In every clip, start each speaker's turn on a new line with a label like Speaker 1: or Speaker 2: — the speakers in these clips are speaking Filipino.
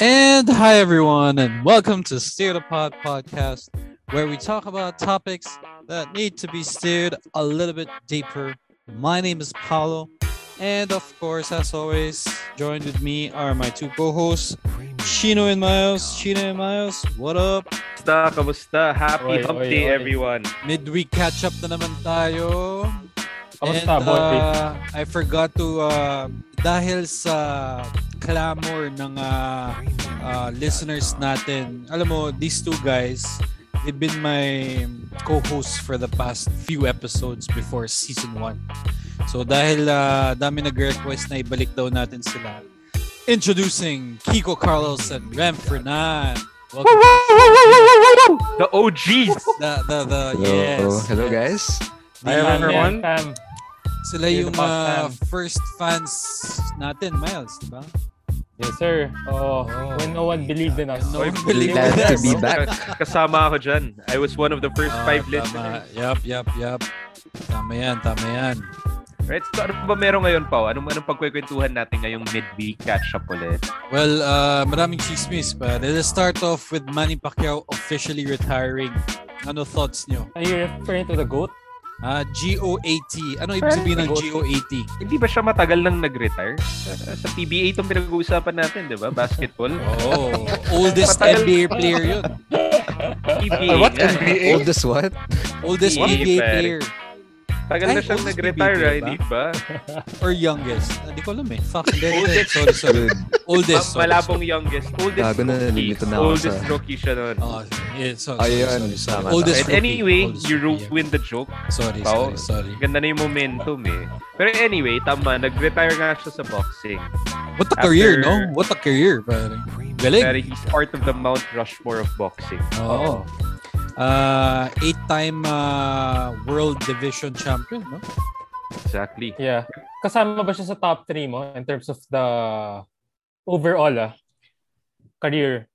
Speaker 1: And hi, everyone, and welcome to Steer the Pod podcast, where we talk about topics that need to be steered a little bit deeper. My name is Paolo, and of course, as always, joined with me are my two co hosts, Chino and Miles. Chino and Miles, what up?
Speaker 2: Kamusta? Kamusta? Happy
Speaker 3: Oy,
Speaker 2: Hump
Speaker 3: oy,
Speaker 2: Day,
Speaker 3: oy.
Speaker 2: everyone.
Speaker 1: Midweek catch up na naman tayo.
Speaker 3: Kamusta,
Speaker 1: And,
Speaker 3: Bote?
Speaker 1: uh, I forgot to, uh, dahil sa clamor ng uh, uh, listeners natin, alam mo, these two guys, they've been my co-hosts for the past few episodes before season 1. So dahil uh, dami nag-request na ibalik daw natin sila, introducing Kiko Carlos and Rem Fernan. Welcome
Speaker 2: The OGs.
Speaker 1: to the, the, the,
Speaker 4: Hello. oh,
Speaker 1: yes.
Speaker 4: Hello guys.
Speaker 2: Hi,
Speaker 3: Tam,
Speaker 2: everyone.
Speaker 3: yan, Tam.
Speaker 1: Sila
Speaker 3: You're
Speaker 1: yung
Speaker 3: the boss,
Speaker 1: uh,
Speaker 3: Sam.
Speaker 1: first fans natin, Miles, di ba?
Speaker 3: Yes, sir.
Speaker 1: Oh.
Speaker 3: Oh, when no one believed in us.
Speaker 1: No one
Speaker 4: Really
Speaker 1: believed
Speaker 4: glad
Speaker 1: in
Speaker 4: to
Speaker 1: us.
Speaker 4: be back.
Speaker 2: Ka- Kasama ako dyan. I was one of the first
Speaker 1: Ah,
Speaker 2: five
Speaker 1: tama.
Speaker 2: listeners.
Speaker 1: Yup, yup, yup. Tama yan, tama yan.
Speaker 2: Right? So, ano ba meron ngayon, Pao? Anong, anong pagkwekwentuhan natin ngayong midweek catch-up ulit?
Speaker 1: Well, uh, maraming chismis pa. Let's start off with Manny Pacquiao officially retiring. Ano thoughts nyo?
Speaker 3: Are you referring to the GOAT?
Speaker 1: Ah, G-O-A-T. Ano ibig sabihin ng G-O-A-T?
Speaker 2: Hindi ba siya matagal nang nag-retire? Sa, sa PBA itong pinag-uusapan natin, di ba? Basketball.
Speaker 1: Oh, oldest
Speaker 2: Matagal
Speaker 1: NBA
Speaker 2: pa.
Speaker 1: player yun.
Speaker 2: PBA.
Speaker 4: What?
Speaker 2: nga.
Speaker 4: Oldest what?
Speaker 1: Oldest
Speaker 2: What?
Speaker 1: NBA
Speaker 2: Pare.
Speaker 1: player.
Speaker 2: Tagal na
Speaker 1: Ay,
Speaker 2: siyang
Speaker 1: oldest
Speaker 2: nag-retire,
Speaker 1: PBA
Speaker 2: ah, hindi ba?
Speaker 1: Or youngest. Hindi ko alam eh. Fuck, hindi, hindi.
Speaker 2: Oldest.
Speaker 1: Sorry, sorry.
Speaker 4: Good.
Speaker 1: Oldest.
Speaker 2: Ma-
Speaker 1: sorry,
Speaker 2: malabong youngest. Oldest
Speaker 4: Gago na,
Speaker 2: rookie.
Speaker 4: nalilito na ako
Speaker 2: Oldest
Speaker 4: sa-
Speaker 2: rookie siya noon.
Speaker 1: Oh, yeah, so,
Speaker 4: Ayun,
Speaker 1: sorry, sorry.
Speaker 4: tama,
Speaker 1: Oldest
Speaker 2: And
Speaker 1: rookie,
Speaker 2: anyway,
Speaker 1: oldest
Speaker 2: you
Speaker 1: rookie,
Speaker 2: ruined the joke.
Speaker 1: yeah. Sorry,
Speaker 2: Pao.
Speaker 1: sorry, sorry.
Speaker 2: Ganda na yung momentum eh. Pero anyway, tama, nag-retire nga siya sa boxing.
Speaker 1: What a
Speaker 2: After-
Speaker 1: career, no? What a career, pare.
Speaker 2: Pero
Speaker 1: Galing.
Speaker 2: he's part of the Mount Rushmore of boxing.
Speaker 1: Oo.
Speaker 2: Oh.
Speaker 1: Uh, eight-time uh, world division champion, no?
Speaker 2: Exactly.
Speaker 3: Yeah. Kasama ba siya sa top 3 mo in terms of the overall ah, career?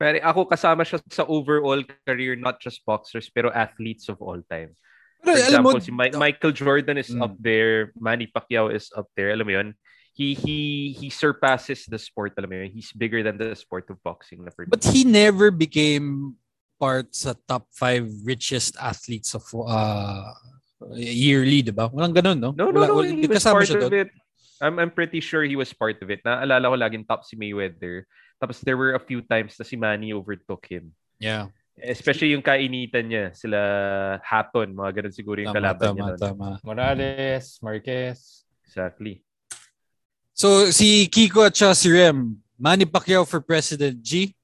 Speaker 2: Pero ako kasama siya sa overall career, not just boxers, pero athletes of all time. For
Speaker 1: Pero alam mo,
Speaker 2: example, si Mi- Michael Jordan is
Speaker 1: Mm.
Speaker 2: up there. Manny Pacquiao is up there. Alam mo yun? He, he, he surpasses the sport. Alam mo yun? He's bigger than the sport of boxing. Na for me.
Speaker 1: but he never became part sa top five richest athletes of uh, yearly, di ba? Walang ganun, no?
Speaker 2: No, no,
Speaker 1: Wala-
Speaker 2: no.
Speaker 1: wala-
Speaker 2: He was
Speaker 1: kasama
Speaker 2: part
Speaker 1: siya
Speaker 2: of
Speaker 1: doon.
Speaker 2: it. I'm, I'm pretty sure he was part of it. Naalala ko laging top si Mayweather. Tapos there were a few times na si Manny overtook him.
Speaker 1: Yeah.
Speaker 2: Especially yung kainitan niya. Sila Hatton. Mga ganun siguro yung
Speaker 1: Tama,
Speaker 2: kalaban
Speaker 1: tama,
Speaker 2: niya. nun.
Speaker 1: tama.
Speaker 3: Morales, Marquez.
Speaker 2: Exactly.
Speaker 1: So, si Kiko at siya si Rem, Manny Pacquiao for President G.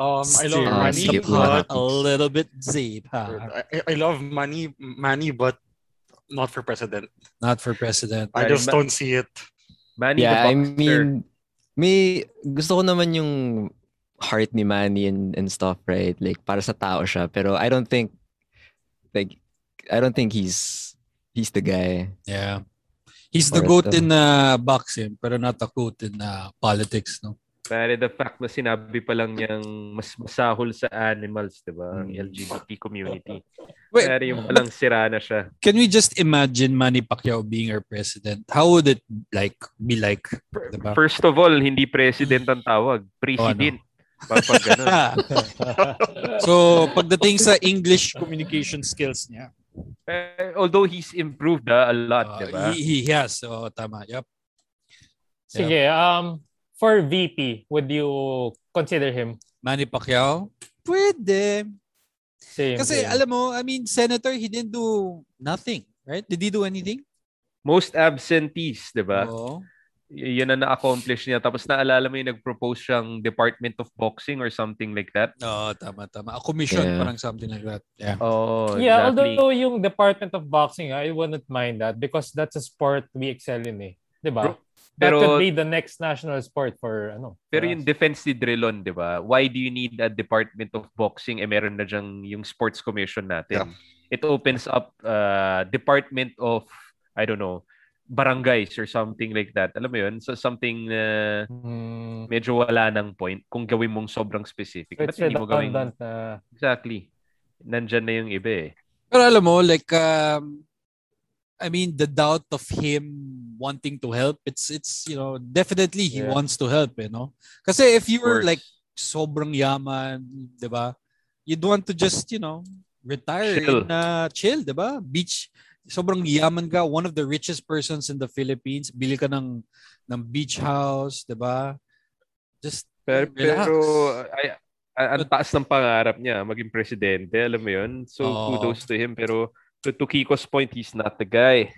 Speaker 5: Um, I love
Speaker 4: Still,
Speaker 5: money,
Speaker 4: skip
Speaker 5: but
Speaker 4: lahat.
Speaker 1: a little bit deep, huh?
Speaker 5: I, I love money, money, but not for president.
Speaker 1: Not for president.
Speaker 5: I
Speaker 2: Right,
Speaker 5: just
Speaker 2: ma-
Speaker 5: don't see it.
Speaker 2: Manny
Speaker 4: Yeah,
Speaker 2: the
Speaker 4: I
Speaker 2: Boxer.
Speaker 4: mean, may gusto ko naman yung heart ni Manny and, and stuff, right? Like para sa tao siya, pero I don't think like I don't think he's he's the guy.
Speaker 1: Yeah. He's the
Speaker 4: Or
Speaker 1: goat
Speaker 4: the-
Speaker 1: in uh, boxing, pero not a goat in uh, politics, no?
Speaker 2: Pare, the fact na sinabi pa lang niyang mas masahol sa animals, di ba? Ang
Speaker 4: Mm.
Speaker 2: LGBT community.
Speaker 1: Hmm. Wait,
Speaker 2: Pare, yung palang sira na siya.
Speaker 1: can we just imagine Manny Pacquiao being our president? How would it like be like? Diba?
Speaker 2: First of all, hindi president ang
Speaker 1: Oh,
Speaker 2: tawag.
Speaker 1: ano?
Speaker 2: President. Pag, pag ganun.
Speaker 1: so, pagdating sa English communication skills niya,
Speaker 2: Eh, although he's improved ah, a lot,
Speaker 1: uh,
Speaker 2: di ba?
Speaker 1: he, he has. So, tama. Yep.
Speaker 3: Sige, um, for VP, would you consider him?
Speaker 1: Manny Pacquiao? Pwede.
Speaker 3: Same,
Speaker 1: Kasi
Speaker 3: same.
Speaker 1: alam mo, I mean, Senator, he didn't do nothing, right? Did he do anything?
Speaker 2: Most absentees, di ba?
Speaker 1: Oo.
Speaker 2: Y- Yun ang na-accomplish niya. Tapos naalala mo yung nag-propose siyang Department of Boxing or something like that.
Speaker 1: Oo, tama, tama. A commission,
Speaker 4: Yeah.
Speaker 1: parang something like that. Yeah.
Speaker 2: Oh,
Speaker 3: yeah,
Speaker 2: exactly.
Speaker 3: although yung Department of Boxing, ah, I wouldn't mind that because that's a sport we excel in eh.
Speaker 2: Bro,
Speaker 3: Diba? That
Speaker 2: pero-
Speaker 3: could be the next national sport for ano.
Speaker 2: Pero
Speaker 3: for
Speaker 2: yung
Speaker 3: us.
Speaker 2: defense ni Drilon, di ba? Why do you need a Department of Boxing? Eh, meron na dyang yung sports commission natin.
Speaker 5: Yeah.
Speaker 2: It opens up uh, Department of, I don't know, barangays or something like that. Alam mo yun? So, something na
Speaker 3: Mm,
Speaker 2: medyo wala ng point kung gawin mong sobrang specific. Ba't
Speaker 3: it's
Speaker 2: hindi mo gawin
Speaker 3: redundant na
Speaker 2: Exactly. Nandyan na yung iba eh.
Speaker 1: Pero alam mo, like, um, I mean, the doubt of him wanting to help. It's it's you know definitely he
Speaker 3: Yeah.
Speaker 1: wants to help, you know. Kasi if you
Speaker 2: Of
Speaker 1: were
Speaker 2: course.
Speaker 1: like sobrang yaman, 'di ba? You'd want to just, you know, retire
Speaker 2: Chill.
Speaker 1: and uh, chill, 'di ba? Beach sobrang yaman ka, one of the richest persons in the Philippines, bili ka ng ng beach house, 'di ba? Just
Speaker 2: Pero,
Speaker 1: Relax.
Speaker 2: pero ay, a- ang taas ng pangarap niya, maging presidente, alam mo yun? So,
Speaker 1: Oo.
Speaker 2: kudos to him. Pero to, to Kiko's point, he's not the guy.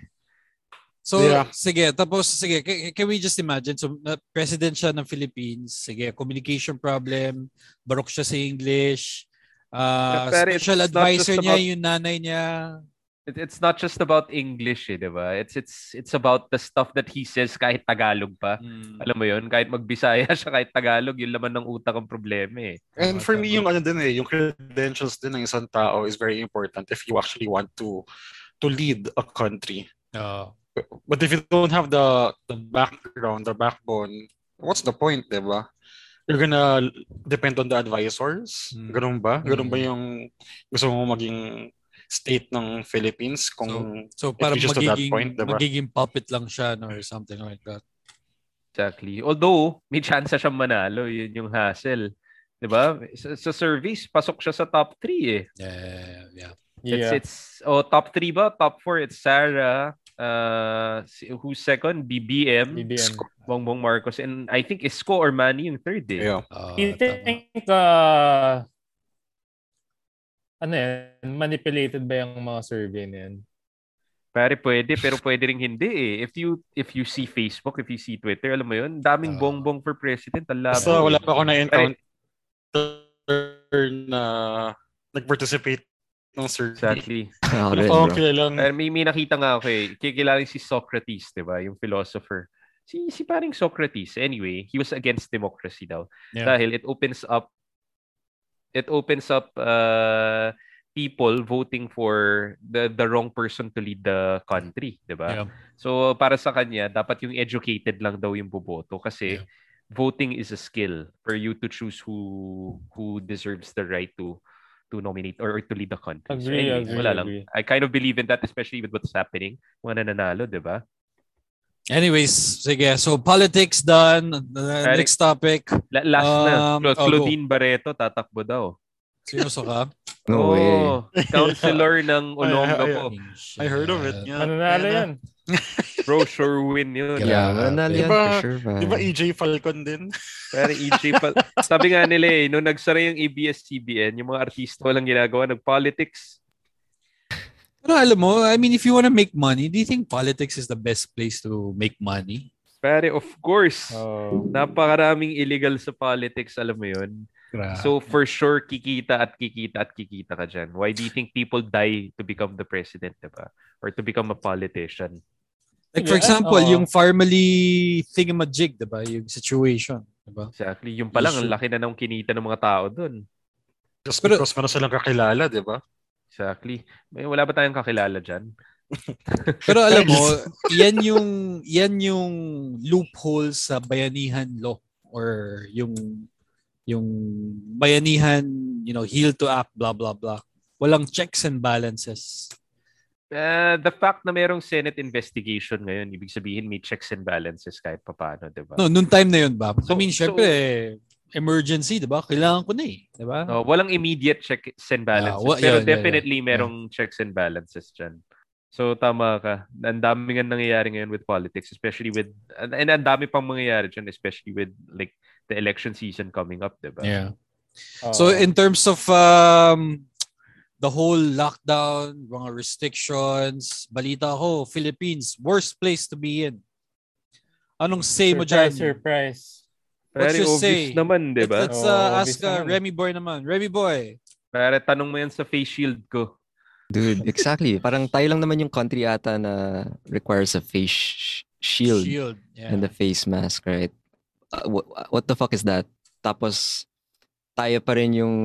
Speaker 1: So,
Speaker 5: Yeah.
Speaker 1: sige, tapos, sige, ca- can we just imagine? So, na- president siya ng Philippines, sige, communication problem, barok siya sa English, uh,
Speaker 2: Pero it's
Speaker 1: special
Speaker 2: not
Speaker 1: advisor
Speaker 2: just
Speaker 1: niya,
Speaker 2: about-
Speaker 1: yung nanay niya.
Speaker 2: It, it's not just about English, eh, di ba? It's, it's, it's about the stuff that he says kahit Tagalog pa.
Speaker 1: Hmm.
Speaker 2: Alam mo yun? Kahit magbisaya siya, kahit Tagalog, yun laman ng utak ang problema eh.
Speaker 5: And for
Speaker 1: Tama,
Speaker 5: me, yung ano din eh, yung credentials din ng isang tao is very important if you actually want to to lead a country.
Speaker 1: Oo.
Speaker 5: But if you don't have the the background, the backbone, what's the point, di ba? You're gonna depend on the advisors?
Speaker 1: Mm.
Speaker 5: Ganun ba? Ganun
Speaker 4: Mm.
Speaker 5: ba yung gusto mo maging state ng Philippines kung
Speaker 1: So, parang
Speaker 5: reaches to that
Speaker 1: magiging,
Speaker 5: point, diba?
Speaker 1: magiging puppet lang siya no, or something like that.
Speaker 2: Exactly. Although, may chance siya manalo. Yun yung hassle. Di ba? Sa, sa service, pasok siya sa top 3 eh.
Speaker 1: Yeah, yeah.
Speaker 2: It's
Speaker 3: Yeah.
Speaker 2: it's oh top three ba? Top four it's Sarah. Uh, si- who's
Speaker 1: E
Speaker 2: second? BBM,
Speaker 3: BBM.
Speaker 2: Bongbong Marcos, and I think Isko or Manny yung third eh.
Speaker 5: yeah.
Speaker 1: Oo,
Speaker 3: You
Speaker 1: Ah, tama.
Speaker 3: think, uh, ano yan, manipulated ba yung mga survey na yan?
Speaker 2: Pare pwede pero pwede ring hindi eh. If you if you see Facebook, if you see Twitter, alam mo yun, daming
Speaker 1: Ah.
Speaker 2: bongbong for president, ang labo.
Speaker 5: Basta wala pa ako
Speaker 2: Pare,
Speaker 5: na-encounter na nag-participate ng survey.
Speaker 2: exactly.
Speaker 4: Ako rin,
Speaker 5: Oh,
Speaker 4: bro.
Speaker 5: kilalang
Speaker 2: Pero may, may nakita nga ako eh. Kikilala si Socrates, di ba? Yung philosopher. Si, si paring Socrates, anyway, he was against democracy daw.
Speaker 1: Yeah.
Speaker 2: Dahil it opens up it opens up uh, people voting for the the wrong person to lead the country, di ba?
Speaker 1: Yeah.
Speaker 2: So para sa kanya, dapat yung educated lang daw yung boboto kasi
Speaker 1: Yeah.
Speaker 2: voting is a skill for you to choose who who deserves the right to to nominate or, or to lead the country. So
Speaker 3: Agree,
Speaker 2: anyway,
Speaker 3: agree,
Speaker 2: wala lang.
Speaker 3: agree.
Speaker 2: I kind of believe in that especially with what's happening. Mga nananalo, 'di ba?
Speaker 1: Anyways, sige, so politics done. The
Speaker 2: Pare-
Speaker 1: next topic.
Speaker 2: La- last na,
Speaker 1: Um, oh,
Speaker 2: Cla-
Speaker 1: go.
Speaker 2: Claudine Barreto tatakbo daw.
Speaker 1: Seryoso ka?
Speaker 4: No way.
Speaker 5: Oh.
Speaker 2: Oo, Oh, Counselor ng Olonga
Speaker 5: Ay, ay,
Speaker 2: po.
Speaker 5: I heard of it. Yeah.
Speaker 3: Mananalo
Speaker 5: Ayan,
Speaker 3: yan.
Speaker 2: Bro, sure win yun.
Speaker 1: Yeah.
Speaker 4: Yeah, mananalo yan
Speaker 5: Diba-
Speaker 4: for sure,
Speaker 5: ah.
Speaker 4: man.
Speaker 5: Di ba EJ Falcon din?
Speaker 2: Pero EJ pa- Sabi nga nila eh, nung nagsara yung ABS-CBN, yung mga artista walang ginagawa, nag-politics.
Speaker 1: Pero alam mo, I mean, if you want to make money, do you think politics is the best place to make money?
Speaker 2: Pare, of course.
Speaker 3: Oh.
Speaker 2: Napakaraming illegal sa politics, alam mo yun. So for sure, kikita at kikita at kikita ka dyan. Why do you think people die to become the president, diba? Or to become a politician?
Speaker 1: like for
Speaker 3: Yeah,
Speaker 1: example,
Speaker 3: oo.
Speaker 1: yung family thingamajig, di ba? Yung situation, di ba?
Speaker 2: Exactly. Yung pa lang, ang
Speaker 1: Issue.
Speaker 2: laki na ng kinita ng mga tao dun.
Speaker 5: Just
Speaker 1: Pero-
Speaker 5: because meron silang kakilala, di ba?
Speaker 2: Exactly. May, wala ba tayong kakilala dyan?
Speaker 1: Pero alam mo, yan yung yan yung loophole sa bayanihan law or yung yung bayanihan, you know, heel to act, blah, blah, blah. Walang checks and balances.
Speaker 2: Uh, the fact na merong Senate investigation ngayon, ibig sabihin may checks and balances kahit papano, di ba?
Speaker 1: No, noon time na yun ba? I
Speaker 2: So-
Speaker 1: mean,
Speaker 2: so-
Speaker 1: syempre, emergency, di ba? Kailangan ko na eh, di ba?
Speaker 2: No, walang immediate checks and balances.
Speaker 1: Ah, wa-
Speaker 2: pero
Speaker 1: yeah, yeah,
Speaker 2: definitely merong checks and balances dyan. So tama ka. Ang dami nga nangyayari ngayon with politics, especially with, and, and ang dami pang mangyayari dyan, especially with like the election season coming up, di ba?
Speaker 1: Yeah.
Speaker 3: Oh.
Speaker 1: So in terms of um, the whole lockdown, mga restrictions, balita ko, Philippines, worst place to be in. Anong say mo dyan?
Speaker 3: surprise, surprise.
Speaker 1: What's
Speaker 2: Very
Speaker 1: your
Speaker 2: obvious
Speaker 1: say?
Speaker 2: naman, di ba?
Speaker 1: Let's
Speaker 3: Oo,
Speaker 1: uh,
Speaker 3: obvious
Speaker 1: ask uh,
Speaker 3: naman.
Speaker 1: Remy Boy naman. Remy Boy.
Speaker 2: Pero tanong mo yan sa face shield ko.
Speaker 4: Dude, exactly. Parang tayo lang naman yung country ata na requires a face sh- shield,
Speaker 1: Yeah.
Speaker 4: and a face mask, right? Uh, wh- what the fuck is that? Tapos, tayo pa rin yung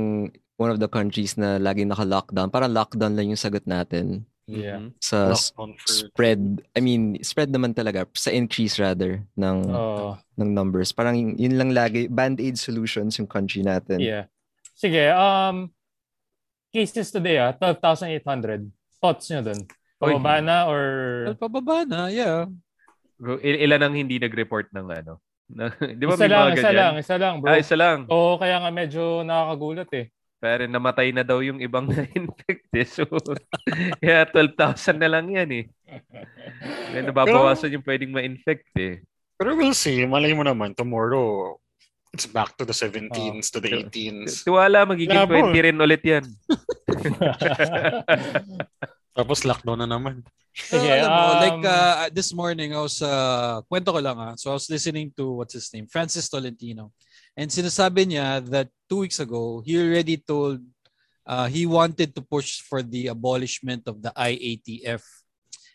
Speaker 4: one of the countries na lagi naka-lockdown. Parang lockdown lang yung sagot natin
Speaker 3: Yeah.
Speaker 2: Mhm.
Speaker 4: sa s-
Speaker 5: Lockdown for-
Speaker 4: spread. I mean, spread naman talaga. Sa increase rather ng
Speaker 1: Mm-hmm.
Speaker 3: Oh.
Speaker 4: ng numbers. Parang yun yun lang lagi. Band-aid solutions yung country natin.
Speaker 3: Yeah. Sige, um, cases today, ah, 12,800. Thoughts nyo dun?
Speaker 2: Oy.
Speaker 3: Pababa na or...
Speaker 1: Well, pababa na, yeah.
Speaker 2: Il- Hmm? ilan ang hindi nag-report ng ano? Na, di ba may
Speaker 3: isa lang,
Speaker 2: mga
Speaker 3: isa
Speaker 2: ganyan?
Speaker 3: lang, isa lang, bro.
Speaker 2: Ah, isa lang.
Speaker 3: Oo, kaya nga medyo nakakagulat eh.
Speaker 2: Pero namatay na daw yung ibang na-infected. So, yeah, 12,000 na lang yan eh. Kaya nababawasan yung pwedeng ma-infect eh.
Speaker 5: Pero we'll see. Malay mo naman, tomorrow, it's back to the 17s, to the
Speaker 2: Sure.
Speaker 5: 18s.
Speaker 2: Tiwala, magiging
Speaker 5: Labo.
Speaker 2: 20 rin ulit yan.
Speaker 5: Tapos lockdown na naman.
Speaker 1: So,
Speaker 3: Yeah,
Speaker 1: alam mo, like
Speaker 3: um,
Speaker 1: uh, this morning, I was, uh, kwento ko lang ah. So I was listening to, what's his name, Francis Tolentino. And sinasabi niya that two weeks ago, he already told uh, he wanted to push for the abolishment of the IATF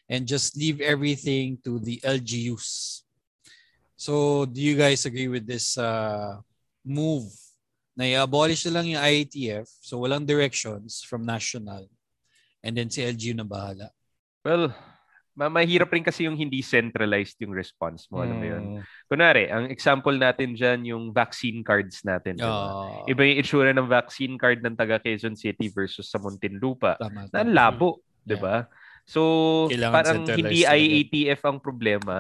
Speaker 1: and just leave everything to the LGUs. So do you guys agree with this uh, move? Na i-abolish na lang yung IATF, so walang directions from national. And then si LGU na bahala.
Speaker 2: Well, ma- mahirap rin kasi yung hindi centralized yung response mo. Alam mo ano yun?
Speaker 3: Hmm.
Speaker 2: Kunwari, ang example natin dyan, yung vaccine cards natin. di ba?
Speaker 1: Oo.
Speaker 2: Iba yung itsura ng vaccine card ng taga Quezon City versus sa Muntinlupa.
Speaker 1: Tama.
Speaker 2: Na
Speaker 1: tama.
Speaker 2: ang labo, 'di
Speaker 1: Yeah.
Speaker 2: ba? So
Speaker 1: Kailangan
Speaker 2: parang
Speaker 1: centralized
Speaker 2: hindi
Speaker 1: talaga.
Speaker 2: IATF ang problema.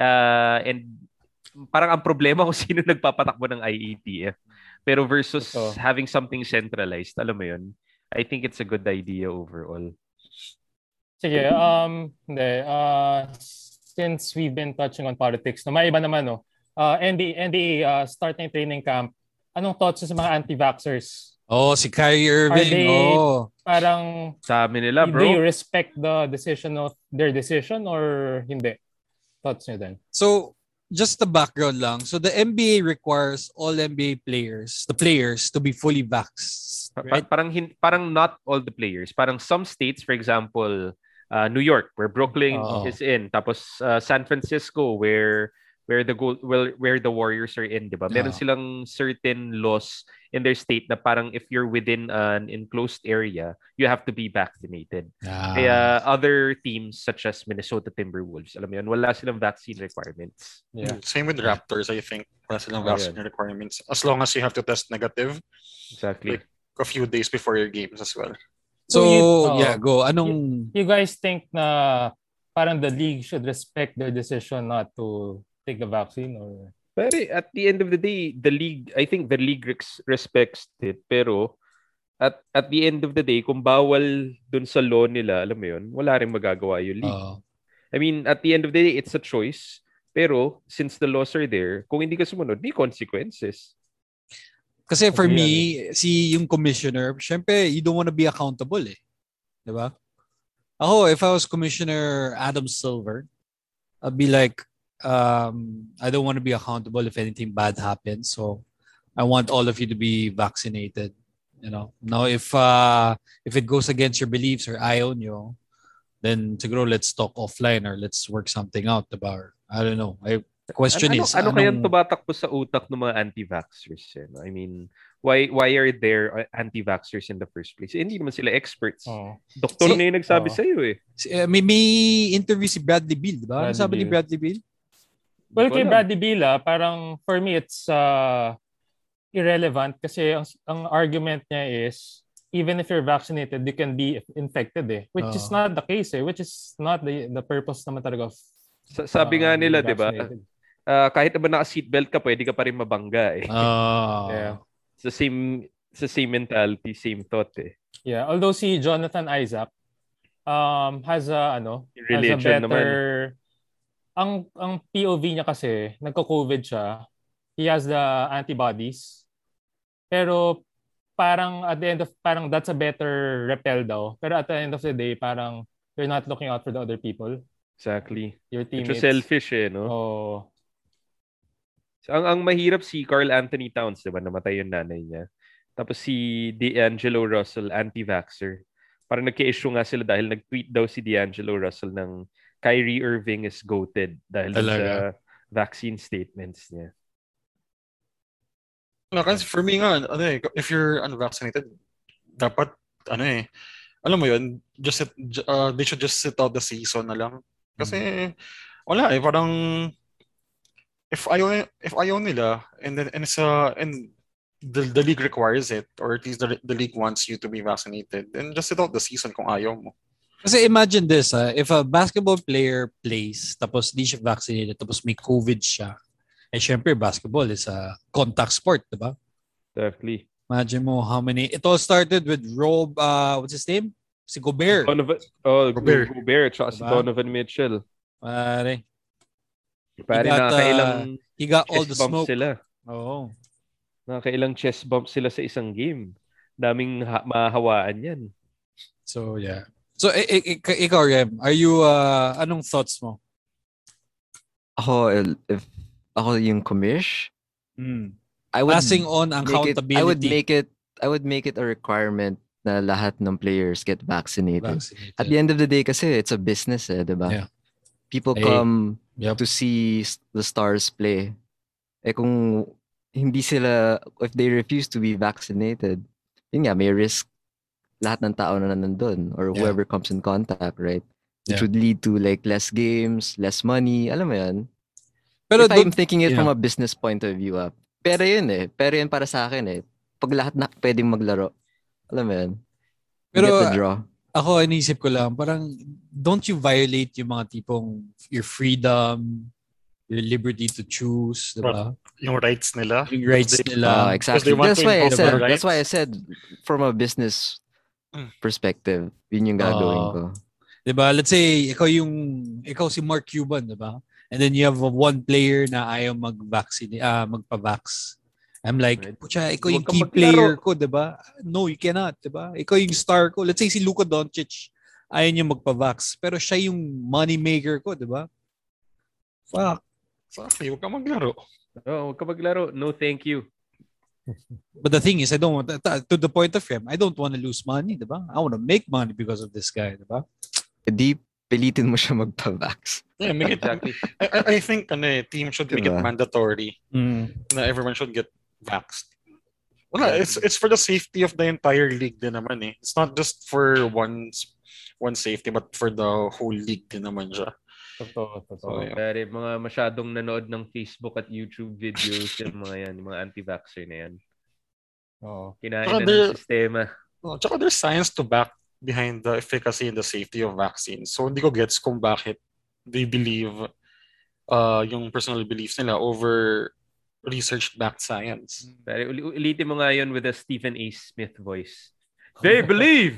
Speaker 2: Ah, and parang ang problema kung sino nagpapatakbo ng IATF. Pero versus
Speaker 3: Totoo.
Speaker 2: having something centralized, alam mo 'yun. I think it's a good idea overall.
Speaker 3: Sige, um, hindi. Uh, since we've been touching on politics, no, may iba naman, no? Uh, NBA, NBA uh, start na yung training camp. Anong thoughts nyo sa mga anti-vaxxers?
Speaker 1: Oh, si Kyrie Irving.
Speaker 3: they-
Speaker 1: Oh.
Speaker 3: Parang,
Speaker 2: Sa amin nila,
Speaker 3: do you
Speaker 2: bro.
Speaker 3: respect the decision of their decision or hindi? Thoughts nyo din?
Speaker 1: So, just the background lang. So, the NBA requires all NBA players, the players, to be fully vaxxed.
Speaker 2: Pa-
Speaker 1: Right?
Speaker 2: parang hin- parang not all the players. Parang some states, for example, uh, New York where Brooklyn
Speaker 1: Oo.
Speaker 2: is in, tapos uh, San Francisco where where the goal, well, where the Warriors are in, 'di ba? Meron
Speaker 1: Oo.
Speaker 2: silang certain laws in their state na parang if you're within an enclosed area, you have to be vaccinated.
Speaker 1: Ah.
Speaker 2: Kaya other teams such as Minnesota Timberwolves, alam mo 'yun, wala silang vaccine requirements.
Speaker 3: Yeah.
Speaker 5: Same with Raptors, I think. Wala
Speaker 2: Oh,
Speaker 5: silang vaccine requirements. As long as you have to test negative
Speaker 2: Exactly.
Speaker 5: a few days before your games as well.
Speaker 1: so,
Speaker 3: So, you- oo.
Speaker 2: oh.
Speaker 1: yeah, go. Anong...
Speaker 3: You guys think na parang the league should respect their decision not to take the vaccine or...
Speaker 2: Pero at the end of the day, the league, I think the league res- respects it. Pero at at the end of the day, kung bawal dun sa law nila, alam mo yun, wala rin magagawa yung league.
Speaker 1: Oh.
Speaker 2: I mean, at the end of the day, it's a choice. Pero since the laws are there, kung hindi ka sumunod, may consequences.
Speaker 1: kasi for me,
Speaker 3: Agree,
Speaker 2: eh.
Speaker 1: si yung commissioner, syempre, you don't want to be accountable eh. Di ba? Ako, if I was Commissioner Adam Silver, I'd be like, um, I don't want to be accountable if anything bad happens. So, I want all of you to be vaccinated. You know, now if uh, if it goes against your beliefs or ayaw nyo, then siguro let's talk offline or let's work something out about, I don't know. I, question
Speaker 2: ano,
Speaker 1: is,
Speaker 2: ano kayang
Speaker 1: anong-
Speaker 2: tumatakbo sa utak ng mga anti-vaxxers? eh, no? I mean, why why are there uh, anti-vaxxers in the first place? Eh, hindi naman sila experts.
Speaker 3: Oh.
Speaker 2: Doktor
Speaker 1: Ah. Si-
Speaker 2: na yung nagsabi
Speaker 3: Oo.
Speaker 2: sa iyo eh.
Speaker 1: Si- eh, may, may interview si Bradley Beal, di ba? Ano
Speaker 3: Bradley
Speaker 1: sabi ni
Speaker 3: Beal.
Speaker 1: Bradley Beal?
Speaker 2: Hindi ko
Speaker 3: Well, kay
Speaker 2: alam.
Speaker 3: Bradley Bila, parang for me, it's uh, irrelevant kasi ang, ang argument niya is even if you're vaccinated, you can be infected eh. Which is
Speaker 1: Oo.
Speaker 2: Ah.
Speaker 3: not the case eh. Which is not the the purpose naman talaga of
Speaker 2: Sa- sabi nga
Speaker 3: uh,
Speaker 2: nila,
Speaker 3: being
Speaker 2: 'di ba?
Speaker 3: vaccinated.
Speaker 2: Ah, kahit naman naka-seatbelt ka, pwede ka pa rin mabangga eh.
Speaker 1: Ah.
Speaker 3: Yeah.
Speaker 2: Sa same sa same mentality, same thought eh.
Speaker 3: Yeah, although si Jonathan Isaac um has a ano,
Speaker 2: Yung
Speaker 3: has a
Speaker 2: religion
Speaker 3: better ang ang POV niya kasi nagko-COVID siya. He has the antibodies. Pero parang at the end of parang that's a better repel daw. Pero at the end of the day, parang you're not looking out for the other people,
Speaker 2: Exactly.
Speaker 3: your
Speaker 2: Medyo
Speaker 3: teammates.
Speaker 2: selfish eh, no?
Speaker 3: Oh,
Speaker 2: So, ang, ang mahirap si Carl Anthony Towns, di ba? Namatay yung nanay niya. Tapos si D'Angelo Russell, anti-vaxxer. Parang nagka-issue nga sila dahil nag-tweet daw si D'Angelo Russell ng Kyrie Irving is goated dahil dun
Speaker 1: Talaga.
Speaker 2: sa vaccine statements niya.
Speaker 5: No, kasi for me nga, ano eh, if you're unvaccinated, dapat, ano eh, alam mo yun, just sit, j- uh, they should just sit out the season na lang. Kasi, wala eh, parang, if ayaw, if ayaw nila, and then, and sa, and the, the league requires it, or at least the, the league wants you to be vaccinated, then just sit out the season kung ayaw mo.
Speaker 1: Kasi imagine this, ah, if a basketball player plays, tapos di siya vaccinated, tapos may COVID siya, eh syempre basketball is a contact sport, di ba?
Speaker 2: Exactly.
Speaker 1: Imagine mo how many. It all started with Rob, uh, what's his name? Si Gobert.
Speaker 2: Donovan, oh, Gobert.
Speaker 5: Gobert.
Speaker 2: Gobert, tsaka si
Speaker 1: Diba?
Speaker 2: Donovan Mitchell.
Speaker 1: Pare,
Speaker 2: Pare,
Speaker 1: got, uh,
Speaker 2: nakakailang
Speaker 1: he got all
Speaker 2: chest
Speaker 1: the
Speaker 2: bump
Speaker 1: smoke. Oh,
Speaker 2: sila.
Speaker 1: Oo.
Speaker 2: Nakakailang chest bump sila sa isang game. Daming ha- mahawaan yan.
Speaker 1: So, yeah. So, i- i- ik- ikaw, Rem, are you, uh, anong thoughts mo?
Speaker 4: Ako, il- if ako yung commish,
Speaker 1: Mm.
Speaker 4: I would
Speaker 1: Passing on ang
Speaker 4: make it,
Speaker 1: accountability.
Speaker 4: I would make it I would make it a requirement na lahat ng players get vaccinated.
Speaker 1: vaccinated.
Speaker 4: At the end of the day kasi it's a business eh, 'di ba?
Speaker 1: Yeah.
Speaker 4: People
Speaker 1: Hey.
Speaker 4: come
Speaker 1: Yep.
Speaker 4: to see s- the stars play. Eh kung hindi sila if they refuse to be vaccinated, yun nga may risk lahat ng tao na nandun or
Speaker 1: Yeah.
Speaker 4: whoever comes in contact, right? Which
Speaker 1: Yeah.
Speaker 4: would lead to like less games, less money, alam mo 'yun?
Speaker 1: Pero
Speaker 4: if
Speaker 1: don't,
Speaker 4: I'm thinking it
Speaker 1: yeah.
Speaker 4: from a business point of view, ah, pera yun eh. Pera yun para sa akin eh. Pag lahat na pwedeng maglaro, alam mo yun, you
Speaker 1: Pero,
Speaker 4: get the draw.
Speaker 1: ako, inisip ko lang, parang, don't you violate yung mga tipong your freedom, your liberty to choose, di ba?
Speaker 5: Yung rights nila.
Speaker 1: Yung rights
Speaker 5: They-
Speaker 4: Ah,
Speaker 1: nila.
Speaker 4: exactly.
Speaker 5: they want
Speaker 4: That's
Speaker 5: to
Speaker 4: why I
Speaker 5: involve
Speaker 4: said,
Speaker 5: their
Speaker 4: that's why I
Speaker 5: rights.
Speaker 4: said, from a business
Speaker 5: Mm.
Speaker 4: perspective, yun yung gagawin
Speaker 1: Oo.
Speaker 4: ko.
Speaker 1: Diba? Let's say, ikaw yung, ikaw si Mark Cuban, diba? And then you have a one player na ayaw mag-vaccine, ah, magpa-vax. I'm like,
Speaker 2: Right.
Speaker 1: pucha, ikaw
Speaker 2: Huwag
Speaker 1: yung
Speaker 2: kang
Speaker 1: key
Speaker 2: maglaro."
Speaker 1: player ko, diba? No, you cannot, diba? Ikaw yung star ko. Let's say si Luka Doncic, ayaw niya magpa-vax. Pero siya yung money maker ko, diba? Fuck.
Speaker 5: Sorry, huwag kang maglaro.
Speaker 2: Oh, huwag ka maglaro. No, thank you.
Speaker 1: But the thing is, I don't want, to the point of him, I don't want to lose money, diba? I want to make money because of this guy, diba?
Speaker 4: Eh, Di, pilitin mo siya magpa-vax.
Speaker 5: Yeah, make it,
Speaker 2: Exactly.
Speaker 5: I, I- I think ano eh, team should make it
Speaker 4: Diba?
Speaker 5: mandatory
Speaker 1: Mm.
Speaker 5: na everyone should get vaxxed. Wala, it's
Speaker 2: Exactly.
Speaker 5: it's for the safety of the entire league din naman eh. It's not just for one one safety but for the whole league din naman siya.
Speaker 3: Totoo, totoo.
Speaker 5: So, yeah.
Speaker 2: Pare, mga masyadong nanood ng Facebook at YouTube videos yung mga yan, yung mga anti-vaxxer na yan.
Speaker 3: Oo.
Speaker 2: Kinain
Speaker 5: Saka
Speaker 2: na
Speaker 5: there-
Speaker 2: ng sistema.
Speaker 5: Oh, tsaka there's science to back behind the efficacy and the safety of vaccines. So hindi ko gets kung bakit they believe uh, yung personal beliefs nila over research-backed science.
Speaker 2: Pare, uli- ulitin mo nga yun with a Stephen A. Smith voice. They believe!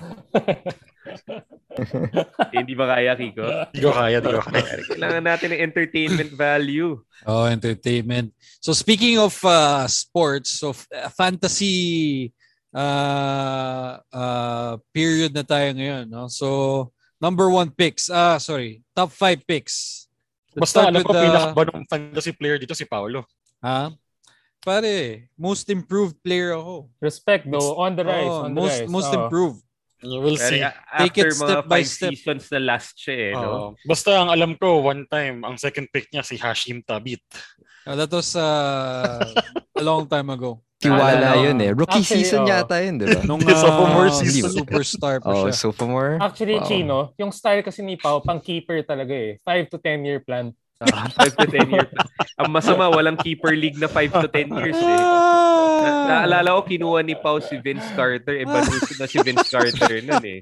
Speaker 2: Eh, Hindi ba kaya, Kiko?
Speaker 5: Hindi ko kaya, hindi ko kaya.
Speaker 2: Pare, kailangan natin ng entertainment value.
Speaker 1: Oh, entertainment. So speaking of uh, sports, so f- uh, fantasy uh, uh, period na tayo ngayon, no? So number one picks. Ah, sorry. Top five picks. Let's
Speaker 5: Basta
Speaker 1: start
Speaker 5: alam
Speaker 1: with
Speaker 5: ko,
Speaker 1: the-
Speaker 5: pinakabanong fantasy player dito si Paolo.
Speaker 1: Ha? Pare, most improved player ako.
Speaker 3: Respect though, on the rise,
Speaker 1: Oo,
Speaker 3: on the
Speaker 1: Oh, most
Speaker 3: rise.
Speaker 1: most
Speaker 3: Oo.
Speaker 1: improved.
Speaker 5: We'll see.
Speaker 2: Pare, a-
Speaker 1: Take
Speaker 2: after
Speaker 1: it step
Speaker 2: mga
Speaker 1: by
Speaker 2: five
Speaker 1: step.
Speaker 2: seasons na last siya eh, no?
Speaker 5: Oo. basta ang alam ko, one time, ang second pick niya si Hashim Tabit.
Speaker 1: Uh, that was uh, a long time ago. Ah,
Speaker 4: Tiwala yun eh. Rookie
Speaker 3: actually,
Speaker 4: season
Speaker 5: oh.
Speaker 3: oo.
Speaker 4: yata yun, di ba?
Speaker 1: Nung
Speaker 5: Sa
Speaker 1: uh,
Speaker 5: sophomore
Speaker 4: season.
Speaker 1: superstar pa
Speaker 4: oh,
Speaker 1: siya.
Speaker 4: sophomore?
Speaker 3: Actually,
Speaker 4: Wow.
Speaker 3: Chino, yung style kasi ni Pao, pang keeper talaga eh. 5 to 10 year plan.
Speaker 2: Ah, five to 10 years. Ang masama, walang keeper league na 5 to 10 years eh. Na-
Speaker 1: Ah.
Speaker 2: naalala ko, kinuha ni Pau si Vince Carter. Eh, balusin na si Vince Carter nun eh.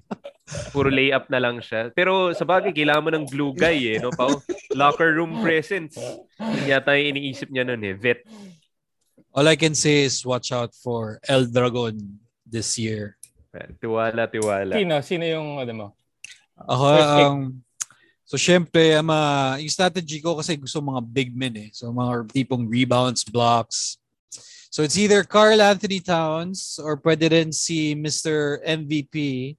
Speaker 2: Puro layup na lang siya. Pero sa bagay, kailangan mo ng glue guy eh, no, Pau? Locker room presence. Yun yata yung iniisip niya nun eh. Vet.
Speaker 1: All I can say is watch out for El Dragon this year.
Speaker 2: Tiwala, tiwala.
Speaker 3: Chino, sino yung, ano mo?
Speaker 1: Ako,
Speaker 3: First pick.
Speaker 1: um, so syempre, I'm a, yung strategy ko kasi gusto mga big men eh. So mga tipong rebounds, blocks. So it's either Carl Anthony Towns or pwede rin si Mr. MVP,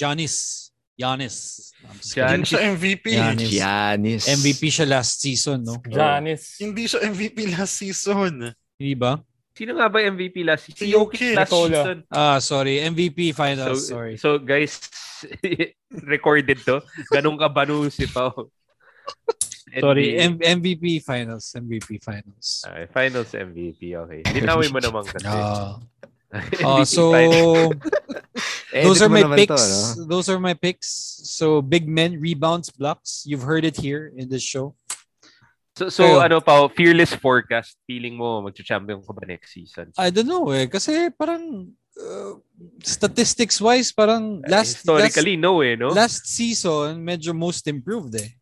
Speaker 1: Giannis. Giannis. I'm just kidding.
Speaker 2: Gian-
Speaker 5: Hindi siya MVP.
Speaker 1: Giannis.
Speaker 4: Giannis.
Speaker 1: MVP siya last season, no?
Speaker 3: Giannis.
Speaker 5: Hindi siya MVP last season.
Speaker 1: Hindi ba?
Speaker 2: Sino nga ba yung MVP last season?
Speaker 5: Si Jokic.
Speaker 2: last
Speaker 3: Nicola.
Speaker 2: season.
Speaker 1: Ah, sorry. MVP
Speaker 2: So,
Speaker 1: finals. sorry.
Speaker 2: so guys, recorded to. Ganun ka ba nung si Pao?
Speaker 1: Sorry.
Speaker 2: NBA.
Speaker 1: M- MVP finals. MVP finals.
Speaker 2: Okay, finals MVP, okay. Dinawin mo naman kasi.
Speaker 1: Ah.
Speaker 2: MVP
Speaker 1: Ah, so
Speaker 2: finals.
Speaker 4: Edit
Speaker 1: those are
Speaker 4: mo
Speaker 1: my
Speaker 4: Eh, naman to,
Speaker 1: picks.
Speaker 4: no?
Speaker 1: Those are my picks. So big men, rebounds, blocks. You've heard it here in this show.
Speaker 2: so, so
Speaker 1: Kayo.
Speaker 2: ano Pao,
Speaker 1: Ah,
Speaker 2: fearless forecast, feeling mo magcha-champion ka ba next season?
Speaker 1: I don't know eh. Kasi parang uh, statistics wise parang last
Speaker 2: Eh, Historically, no eh, no?
Speaker 1: last, last season medyo most improved eh.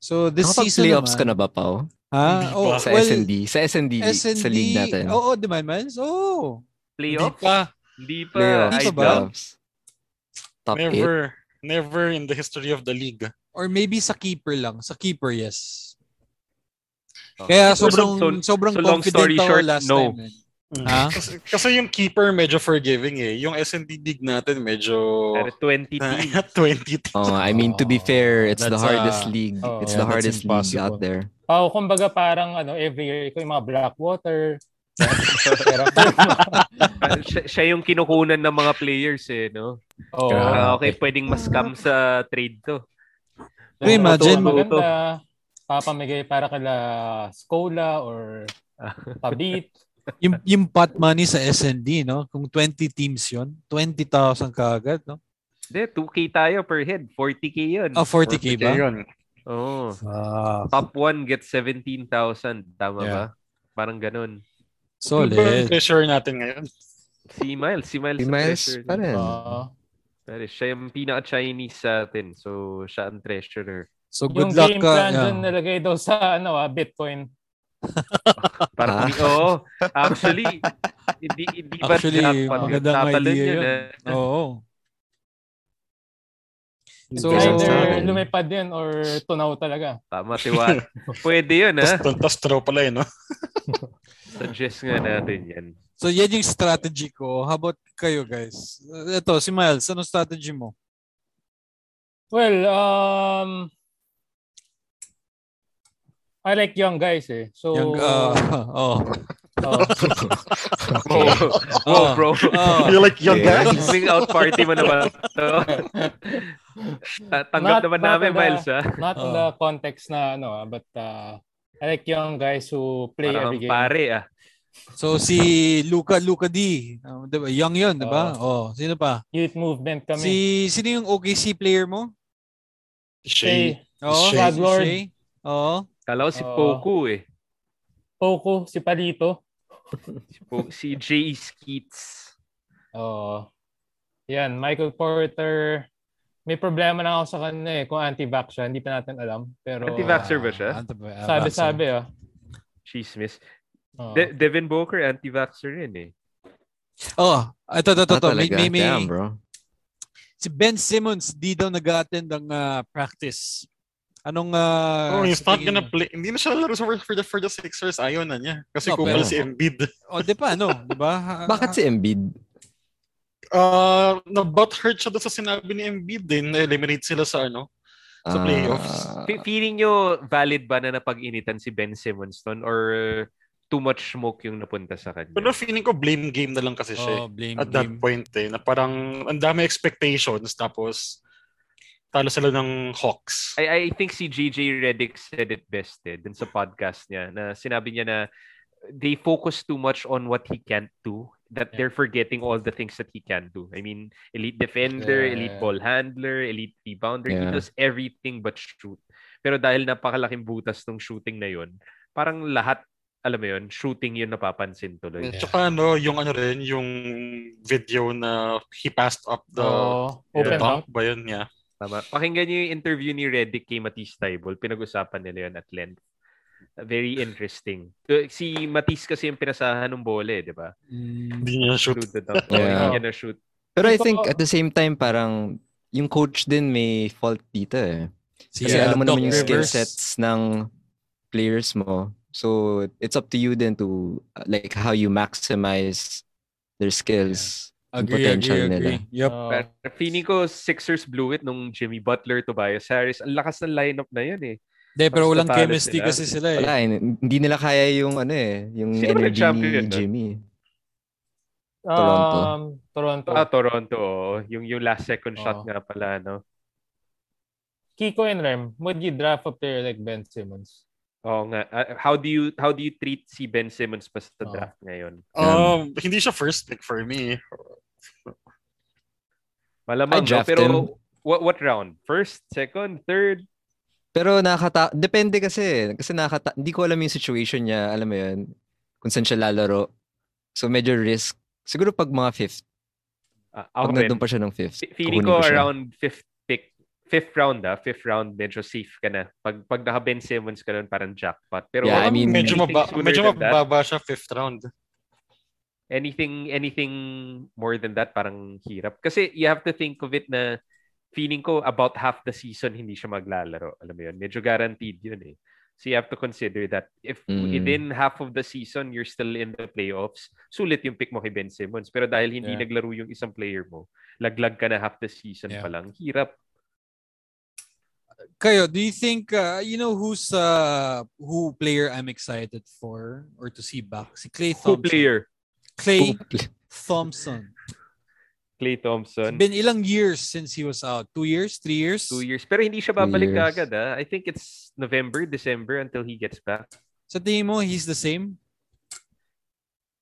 Speaker 1: So this season
Speaker 4: Nakapag-playoffs ka
Speaker 1: naman,
Speaker 4: na ba, Pao?
Speaker 1: Ha? Oh,
Speaker 4: Sa
Speaker 1: well,
Speaker 4: SND. Sa SND.
Speaker 1: SND.
Speaker 4: Sa league natin.
Speaker 1: Oo, di ba, Miles? Oo.
Speaker 2: Playoff?
Speaker 5: Hindi pa.
Speaker 2: Hindi pa.
Speaker 4: Playoffs.
Speaker 2: Ay,
Speaker 1: Hindi pa ba?
Speaker 2: daw.
Speaker 4: playoffs. Top
Speaker 5: Never. Never in the history of the league.
Speaker 1: Or maybe sa keeper lang. Sa keeper, yes.
Speaker 2: Okay.
Speaker 1: Kaya
Speaker 2: So,
Speaker 1: sobrang
Speaker 2: so,
Speaker 1: sobrang
Speaker 2: so long
Speaker 1: confident
Speaker 2: story
Speaker 1: ako
Speaker 2: short,
Speaker 1: last
Speaker 2: no.
Speaker 1: time. eh. Ha?
Speaker 5: Kasi, kasi yung keeper medyo forgiving eh. Yung SND league natin medyo
Speaker 2: pero 20 teams.
Speaker 5: 20 teams.
Speaker 4: 8. Oh, I mean, to be
Speaker 3: Oh,
Speaker 4: fair, it's the
Speaker 3: that's,
Speaker 4: hardest
Speaker 3: uh,
Speaker 4: league.
Speaker 3: oh,
Speaker 4: it's
Speaker 3: yeah,
Speaker 4: the
Speaker 3: that's
Speaker 4: hardest league
Speaker 3: impossible.
Speaker 4: out there.
Speaker 3: Oh, kumbaga parang ano, every year, ikaw yung mga Blackwater. Pero,
Speaker 2: Ah, siya, siya yung kinukunan ng mga players eh, no?
Speaker 3: oh,
Speaker 2: Ah, okay, pwedeng mas scam sa trade to.
Speaker 1: Can you imagine?
Speaker 3: Maganda, papamigay para kala Scola or Tabit.
Speaker 1: Yung, yung pot money sa SND, no? Kung 20 teams yon 20,000 kaagad, no?
Speaker 2: Hindi, 2K tayo per head. 40K yun.
Speaker 1: Ah, 40K ba?
Speaker 5: Yun.
Speaker 2: Oo.
Speaker 1: Ah,
Speaker 2: Top 1 gets 17,000. Tama
Speaker 1: Yeah.
Speaker 2: ba? Parang ganun.
Speaker 5: Ano ba yung
Speaker 1: solid.
Speaker 5: pressure natin ngayon?
Speaker 2: Si Miles. Si Miles.
Speaker 4: Si
Speaker 2: ang
Speaker 4: Miles
Speaker 2: treasurer.
Speaker 4: pa rin.
Speaker 3: Oo.
Speaker 2: Pero siya yung pinaka-Chinese sa atin. So, siya ang treasurer.
Speaker 1: So
Speaker 3: yung
Speaker 1: good luck
Speaker 3: game
Speaker 1: ka.
Speaker 3: plan
Speaker 1: yeah.
Speaker 3: dun nalagay daw sa ano, ah, Bitcoin.
Speaker 2: Parang,
Speaker 4: Ah.
Speaker 2: oo. Actually, hindi, hindi ba
Speaker 1: Actually,
Speaker 2: jackpot yun?
Speaker 1: magandang
Speaker 2: Tatalon
Speaker 1: idea
Speaker 2: yun,
Speaker 1: yun.
Speaker 2: ah.
Speaker 1: Oo. So,
Speaker 4: Kasi
Speaker 3: Either
Speaker 4: sa akin-
Speaker 3: lumipad din or tunaw talaga.
Speaker 2: Tama, tiwa. Pwede yun, ha?
Speaker 5: Tapos throw pala yun, no?
Speaker 2: Suggest nga natin yan.
Speaker 1: so yan yung strategy ko. How about kayo guys? Uh, Ito, si Miles, anong strategy mo?
Speaker 3: Well, um, I like young guys eh. So,
Speaker 1: Yung, uh, oh.
Speaker 3: oh,
Speaker 2: Oh, oh
Speaker 1: Oh.
Speaker 2: bro.
Speaker 1: Oh.
Speaker 5: You're like young
Speaker 4: Yeah.
Speaker 5: guys.
Speaker 2: Coming out party mo na ba ito? Ta- Tanggap
Speaker 3: Not-
Speaker 2: naman
Speaker 3: not
Speaker 2: namin,
Speaker 3: on the-
Speaker 2: Miles, ah. ha?
Speaker 3: not in
Speaker 1: uh.
Speaker 3: the context na ano, ah, but uh, I like young guys who play
Speaker 2: Parang
Speaker 3: every game.
Speaker 2: pare, ah.
Speaker 1: So si Luca Luca D, um, di ba? Young 'yun, 'di ba? Oh, sino pa?
Speaker 3: Youth movement kami.
Speaker 1: Si sino yung OKC player mo?
Speaker 5: Shay.
Speaker 3: Shay,
Speaker 1: Oo,
Speaker 5: Shea.
Speaker 1: si
Speaker 3: Lord.
Speaker 1: Shea. Oo.
Speaker 2: Kala ko si
Speaker 3: Oo.
Speaker 2: Poku, eh.
Speaker 3: Poco, si Palito.
Speaker 2: Si, po- si J. Skeets.
Speaker 3: Oo. yan, Michael Porter. May problema na ako sa kanya eh, kung anti-vax siya. Hindi pa natin alam. Pero
Speaker 2: Anti-vaxxer ba siya?
Speaker 1: Anti-vaxxer.
Speaker 3: sabi-sabi ah.
Speaker 2: Chismis.
Speaker 3: Oo.
Speaker 2: De- Devin Booker, anti-vaxxer rin, eh.
Speaker 1: Oh, ito, ito, ito.
Speaker 4: Ah,
Speaker 1: ito. May,
Speaker 4: talaga?
Speaker 1: may, may,
Speaker 4: Damn, bro.
Speaker 1: si Ben Simmons di daw nag-attend ng ah, practice. Anong uh,
Speaker 5: Oh, he's not gonna play. Hindi na siya lalaro sa for the, for the Sixers. Ayaw na niya. Kasi
Speaker 1: No,
Speaker 5: kung
Speaker 1: pero-
Speaker 5: si Embiid.
Speaker 1: Oh, di pa ano, di ba?
Speaker 4: Bakit si Embiid?
Speaker 5: Uh, na-butt hurt siya doon sa sinabi ni Embiid din. Na-eliminate sila sa ano. Sa
Speaker 4: Ah,
Speaker 5: playoffs.
Speaker 2: Fe- feeling nyo valid ba na napag-initan si Ben Simmons nun or too much smoke yung napunta sa kanya?
Speaker 5: Pero feeling ko blame game na lang kasi siya. eh,
Speaker 1: Oh, blame
Speaker 5: at that
Speaker 1: game.
Speaker 5: point eh. Na parang ang dami expectations. Tapos talo sila ng Hawks.
Speaker 2: I, I think si JJ Redick said it best eh, dun sa podcast niya na sinabi niya na they focus too much on what he can't do that they're forgetting all the things that he can do. I mean, elite defender,
Speaker 3: Yeah.
Speaker 2: elite ball handler, elite rebounder, he
Speaker 4: Yeah.
Speaker 2: does everything but shoot. Pero dahil napakalaking butas ng shooting na yun, parang lahat, alam mo yun, shooting yun napapansin tuloy.
Speaker 5: Yeah. Tsaka ano, yung ano rin, yung video na he passed up the,
Speaker 3: Oo. Oh, open
Speaker 5: the
Speaker 2: Yeah.
Speaker 3: dunk.
Speaker 5: dunk ba yun? Yeah.
Speaker 2: Tama. Pakinggan niyo yung interview ni Reddick kay Matisse Tybal. Pinag-usapan nila yun at length. Very interesting. So, Si Matisse kasi yung pinasahan ng bole, di ba?
Speaker 1: Mm,
Speaker 5: Hindi niya shoot.
Speaker 2: Shoot the dunk.
Speaker 4: Yeah.
Speaker 2: Hindi niya na-shoot.
Speaker 4: Pero I
Speaker 3: Ito-
Speaker 4: think at the same time, parang yung coach din may fault dito eh.
Speaker 1: si,
Speaker 4: Kasi
Speaker 1: ah,
Speaker 4: alam mo
Speaker 1: Doc
Speaker 4: naman yung skill
Speaker 1: Rivers.
Speaker 4: sets ng players mo. So, it's up to you then to uh, like how you maximize their skills.
Speaker 1: Agree,
Speaker 4: potential
Speaker 1: agree, agree. Yep.
Speaker 3: Oo.
Speaker 2: Pero feeling ko Sixers blew it nung Jimmy Butler, Tobias Harris. Ang lakas ng lineup na yun eh.
Speaker 1: Hindi, pero
Speaker 2: Basta
Speaker 1: walang
Speaker 2: talent
Speaker 1: chemistry
Speaker 2: nila.
Speaker 1: kasi sila eh.
Speaker 4: Wala, eh, hindi nila kaya yung ano eh, yung
Speaker 2: Sino ba
Speaker 4: energy
Speaker 2: nag-champion
Speaker 4: ni
Speaker 2: nun?
Speaker 4: Jimmy. Toronto.
Speaker 3: Um, Toronto.
Speaker 4: Oh.
Speaker 2: Ah, Toronto. oo. Yung, yung last second shot
Speaker 3: Oo.
Speaker 2: nga pala, no?
Speaker 3: Kiko and Rem, would you draft a player like Ben Simmons?
Speaker 2: Oo nga. Ah, how do you how do you treat si Ben Simmons pa sa
Speaker 4: Oh.
Speaker 3: Oo.
Speaker 2: draft ngayon?
Speaker 5: Um, hindi siya first pick for me.
Speaker 2: Malamang,
Speaker 4: I
Speaker 2: no?
Speaker 4: draft
Speaker 2: Pero
Speaker 4: him.
Speaker 2: what, what round? First, second, third?
Speaker 4: Pero nakakata depende kasi eh. kasi nakakata hindi ko alam yung situation niya, alam mo yun, kung saan siya lalaro. So medyo risk. Siguro pag mga fifth
Speaker 2: Ah, ako
Speaker 4: Pag
Speaker 2: rin.
Speaker 4: nandun pa siya ng fifth.
Speaker 2: Fe- Feeling
Speaker 4: kukunin
Speaker 2: ko
Speaker 4: siya.
Speaker 2: around fifth pick, fifth round ah, fifth round, medyo safe ka na. Pag, pag naka Ben Simmons ka nun, parang jackpot. Pero um,
Speaker 4: Yeah, I
Speaker 5: Parang
Speaker 4: mean,
Speaker 5: medyo,
Speaker 2: anything
Speaker 5: maba-
Speaker 2: sooner
Speaker 5: medyo
Speaker 2: than that,
Speaker 5: mababa siya fifth round.
Speaker 2: anything anything more than that parang hirap kasi you have to think of it na feeling ko about half the season hindi siya maglalaro alam mo yun medyo guaranteed yun eh so you have to consider that if
Speaker 4: Mm.
Speaker 2: within half of the season you're still in the playoffs sulit yung pick mo kay Ben Simmons pero dahil hindi
Speaker 1: Yeah.
Speaker 2: naglaro yung isang player mo laglag ka na half the season
Speaker 1: Yeah.
Speaker 2: pa lang hirap
Speaker 1: Kayo, do you think uh, you know who's uh, who player I'm excited for or to see back? Si Clay
Speaker 2: who
Speaker 1: Thompson.
Speaker 2: player
Speaker 1: Clay
Speaker 4: Oop.
Speaker 1: Thompson.
Speaker 2: Clay
Speaker 1: It's
Speaker 2: Thompson
Speaker 1: been ilang years since he was out. Two years? Three years?
Speaker 2: two years pero hindi siya
Speaker 4: Two
Speaker 2: babalik
Speaker 4: years.
Speaker 2: agad ah. I think it's November December until he gets back
Speaker 1: Sa tingin mo, he's the same?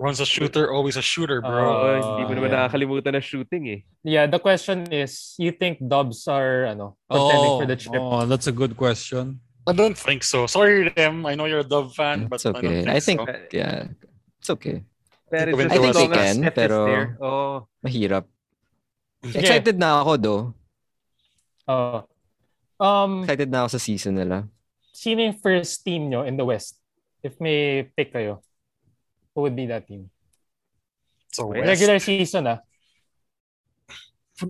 Speaker 5: Once a shooter, always a shooter, bro.
Speaker 3: Ah.
Speaker 2: Oh, hindi mo naman
Speaker 4: yeah.
Speaker 2: nakakalimutan na shooting eh
Speaker 3: Yeah, the question is, you think Dubs are ano, contending for the chip?
Speaker 1: Oh, that's a good question.
Speaker 5: I don't think so. Sorry, Rem. I know you're a Dove fan, but
Speaker 4: It's
Speaker 5: I don't
Speaker 4: okay.
Speaker 5: think
Speaker 4: I think,
Speaker 5: so.
Speaker 4: yeah. It's okay.
Speaker 2: Eh, Pero
Speaker 5: Think
Speaker 2: just as
Speaker 5: of it as- I think
Speaker 2: long
Speaker 5: they
Speaker 2: as
Speaker 4: can,
Speaker 2: Steph is
Speaker 4: pero-
Speaker 2: there. Oh,
Speaker 4: Mahirap.
Speaker 3: Sige.
Speaker 4: Excited na ako, do.
Speaker 3: Oo. Oh. um,
Speaker 4: Excited na ako sa season nila.
Speaker 3: sino yung first team nyo in the West? If may pick kayo, who would be that team?
Speaker 5: So
Speaker 2: Wait,
Speaker 5: West.
Speaker 3: Regular season ah.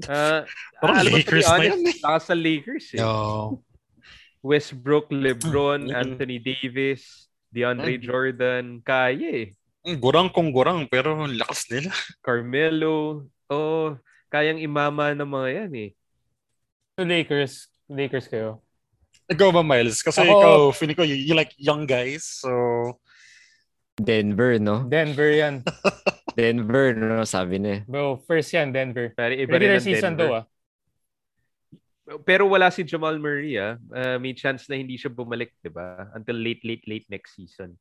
Speaker 2: uh,
Speaker 5: Parang
Speaker 2: alam mo, to be
Speaker 5: Lakers na
Speaker 2: honest,
Speaker 5: yan eh.
Speaker 2: lakas sa Lakers eh.
Speaker 1: No.
Speaker 2: Westbrook, LeBron,
Speaker 5: Mm.
Speaker 2: Anthony Davis, DeAndre
Speaker 5: Mm.
Speaker 2: Jordan, kaya eh.
Speaker 5: Ang Gurang kung gurang, pero ang lakas nila.
Speaker 2: Carmelo, oh, kayang imama ng mga yan eh.
Speaker 3: So Lakers, Lakers kayo.
Speaker 5: Ikaw ba, Miles? Kasi
Speaker 3: Ako-
Speaker 5: ikaw, feeling ko, you, you like young guys, so...
Speaker 4: Denver, no?
Speaker 3: Denver yan.
Speaker 4: Denver, no? Sabi niya. eh.
Speaker 3: Bro, first yan, Denver.
Speaker 2: Pero iba rin
Speaker 3: Regular
Speaker 2: ang
Speaker 3: season
Speaker 2: Denver.
Speaker 3: daw ah.
Speaker 2: Pero wala si Jamal Murray ah. Uh, may chance na hindi siya bumalik, 'di ba? Until late late late next season.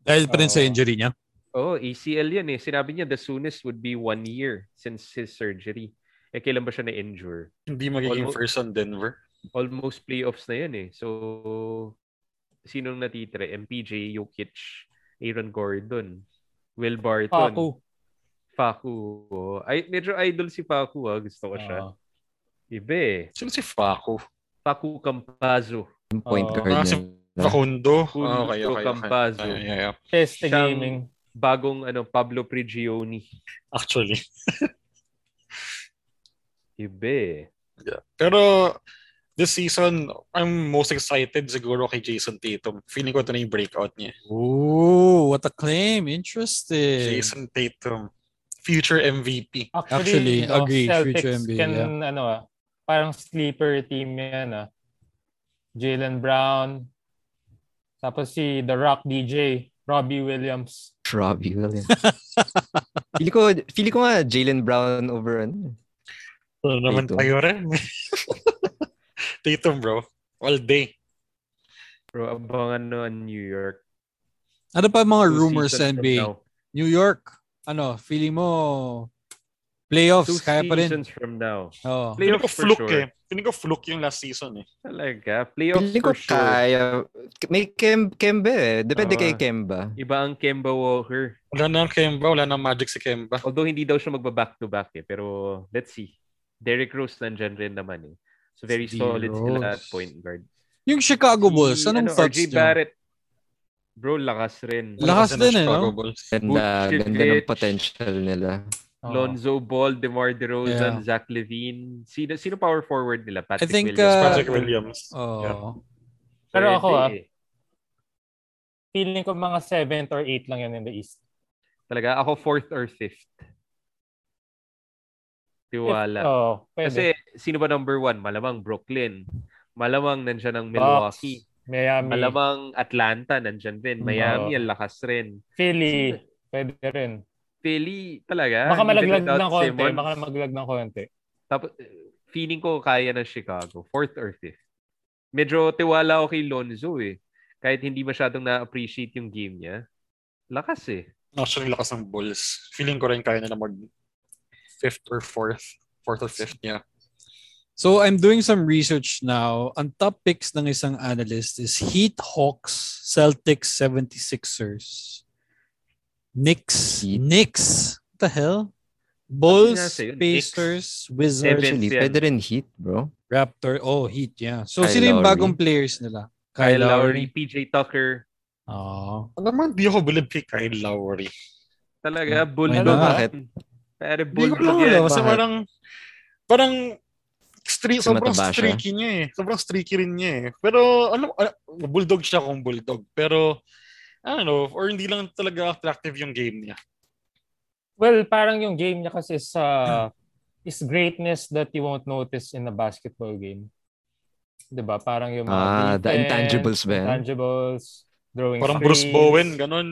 Speaker 1: Dahil pa rin sa
Speaker 3: Oo.
Speaker 1: injury niya.
Speaker 2: Oh, ACL 'yan eh. Sinabi niya the soonest would be one year since his surgery. Eh kailan ba siya na-injure?
Speaker 5: Hindi magiging
Speaker 2: Almost-
Speaker 5: first on Denver.
Speaker 2: almost playoffs na yun eh. So, sinong natitira? MPJ, Jokic, Aaron Gordon, Will Barton,
Speaker 3: Paku.
Speaker 2: Facu. oh. Ay, medyo idol si Facu ah. Gusto ko siya.
Speaker 3: Oo.
Speaker 2: Iba eh.
Speaker 5: Sino si Faco?
Speaker 2: Facu Campazzo.
Speaker 4: Yung point
Speaker 3: Oo.
Speaker 4: guard
Speaker 5: Ah, si
Speaker 4: nila.
Speaker 5: Facundo?
Speaker 2: Facundo
Speaker 5: Ah, okay, okay, okay.
Speaker 2: Campazzo.
Speaker 5: Ah, yeah, yeah.
Speaker 3: Test the
Speaker 2: Siyang-
Speaker 3: gaming.
Speaker 2: Bagong ano, Pablo Prigioni.
Speaker 5: Actually.
Speaker 2: Iba eh.
Speaker 5: Pero this season, I'm most excited siguro kay Jason Tatum. Feeling ko ito na yung breakout niya.
Speaker 1: Ooh, what a claim. Interesting.
Speaker 5: Jason Tatum. Future MVP.
Speaker 1: Actually,
Speaker 3: Actually, no,
Speaker 1: agree,
Speaker 3: Celtics
Speaker 1: future NBA,
Speaker 3: can, ano ah, parang sleeper team yan ah. Jalen Brown, tapos si The Rock DJ, Robbie Williams.
Speaker 4: Robbie Williams. Feel ko, feel ko nga Jalen Brown over ano.
Speaker 5: Ano naman
Speaker 4: Tatum.
Speaker 5: tayo rin. Tatum, bro. All day.
Speaker 2: Pero abangan no ang New York.
Speaker 1: Ano pa mga
Speaker 2: Two
Speaker 1: rumors sa
Speaker 2: seasons from
Speaker 1: NBA?
Speaker 2: now.
Speaker 1: New York, ano, feeling mo playoffs,
Speaker 2: Two
Speaker 1: kaya pa rin. Oh.
Speaker 2: seasons from now.
Speaker 1: Oo.
Speaker 5: Feeling ko
Speaker 2: Playoffs for
Speaker 5: fluke eh.
Speaker 2: sure.
Speaker 5: Feeling ko fluke yung last season eh.
Speaker 2: Talaga. Playoffs
Speaker 4: Feeling ko
Speaker 2: for sure.
Speaker 4: kaya. May Kem, Kemba eh. Depende
Speaker 2: Oo.
Speaker 4: kay Kemba.
Speaker 2: Iba ang Kemba Walker.
Speaker 5: Wala na ang Kemba, wala na ang magic si Kemba.
Speaker 2: Although hindi daw siya magba-back-to-back eh. Pero let's see. Derrick Rose nandyan rin naman eh. So very
Speaker 1: Si
Speaker 2: solid
Speaker 1: Rose.
Speaker 2: sila at point guard.
Speaker 1: Yung Chicago Bulls,
Speaker 2: Si,
Speaker 1: anong
Speaker 2: ano,
Speaker 1: thoughts
Speaker 2: RJ
Speaker 1: niyo?
Speaker 2: Barrett. Bro, lakas rin.
Speaker 1: Wala- Lakas
Speaker 5: Kasi
Speaker 1: din
Speaker 5: na
Speaker 1: eh, no?
Speaker 5: Chicago Bulls.
Speaker 4: Ganda,
Speaker 2: Vucevic.
Speaker 4: ganda ng potential nila.
Speaker 3: Oo.
Speaker 2: Lonzo Ball, DeMar DeRozan, Zach Levine. Sino, sino power forward nila?
Speaker 1: I
Speaker 2: Patrick
Speaker 1: think,
Speaker 2: Williams.
Speaker 1: uh,
Speaker 5: Patrick Williams.
Speaker 1: Oo.
Speaker 5: Yeah.
Speaker 3: Pero ako,
Speaker 2: Pwede
Speaker 3: ah.
Speaker 2: eh.
Speaker 3: Feeling ko mga 7th or 8th lang yan in the East.
Speaker 2: Talaga, ako fourth or fifth.
Speaker 3: If-
Speaker 2: Tiwala.
Speaker 3: Oo, pwede.
Speaker 2: Kasi sino ba number one? Malamang Brooklyn. Malamang nandyan ang Milwaukee.
Speaker 3: Bucks, Miami,
Speaker 2: Malamang Atlanta nandyan din. Miami,
Speaker 3: Mm, Oo.
Speaker 2: ang lakas rin.
Speaker 3: Philly, pwede rin.
Speaker 2: Philly talaga.
Speaker 3: Baka
Speaker 2: even
Speaker 3: malaglag
Speaker 2: without
Speaker 3: ng konti,
Speaker 2: Simmons.
Speaker 3: baka malaglag ng konti.
Speaker 2: Tapos, feeling ko kaya ng Chicago. Fourth or fifth. Medyo tiwala ako kay Lonzo eh. Kahit hindi masyadong na-appreciate yung game niya. Lakas eh.
Speaker 5: Actually, lakas ng Bulls. Feeling ko rin kaya nila mag fifth or fourth. Fourth or fifth niya.
Speaker 1: So I'm doing some research now. Ang top picks ng isang analyst is Heat, Hawks, Celtics, 76ers, Knicks,
Speaker 4: Heat.
Speaker 1: Knicks, what the hell? Bulls,
Speaker 2: nasa yun?
Speaker 1: Pacers,
Speaker 2: Seven.
Speaker 1: Wizards,
Speaker 4: Actually,
Speaker 2: Vince yan.
Speaker 4: pwede rin Heat, bro.
Speaker 1: Raptor. Oh, Heat, yeah. So,
Speaker 4: Kyle
Speaker 1: sino yung
Speaker 4: Lowry.
Speaker 1: bagong players nila? Oh.
Speaker 2: Kyle Lowry, PJ Tucker.
Speaker 1: Oo.
Speaker 5: Alam mo, hindi ako bilib kay Kyle Lowry.
Speaker 2: Talaga, bulldog.
Speaker 1: Ano,
Speaker 4: bakit?
Speaker 2: Pero
Speaker 5: Hindi ko
Speaker 2: bulldog
Speaker 5: lang alam.
Speaker 2: yan.
Speaker 5: Kasi
Speaker 4: Bakit?
Speaker 5: parang, parang, streak,
Speaker 4: Kasi
Speaker 5: sobrang
Speaker 4: mataba siya?
Speaker 5: streaky niya eh. Sobrang streaky rin niya eh. Pero, alam, alam bulldog siya kung bulldog. Pero, I don't know, or hindi lang talaga attractive yung game niya.
Speaker 3: Well, parang yung game niya kasi is, uh,
Speaker 4: Ah.
Speaker 3: is greatness that you won't notice in a basketball game. 'Di ba? Parang yung mga
Speaker 4: Ah, the
Speaker 3: defense,
Speaker 4: intangibles ba yan?
Speaker 3: Intangibles, drawing
Speaker 5: Parang Bruce
Speaker 3: screens.
Speaker 5: Bowen, ganun.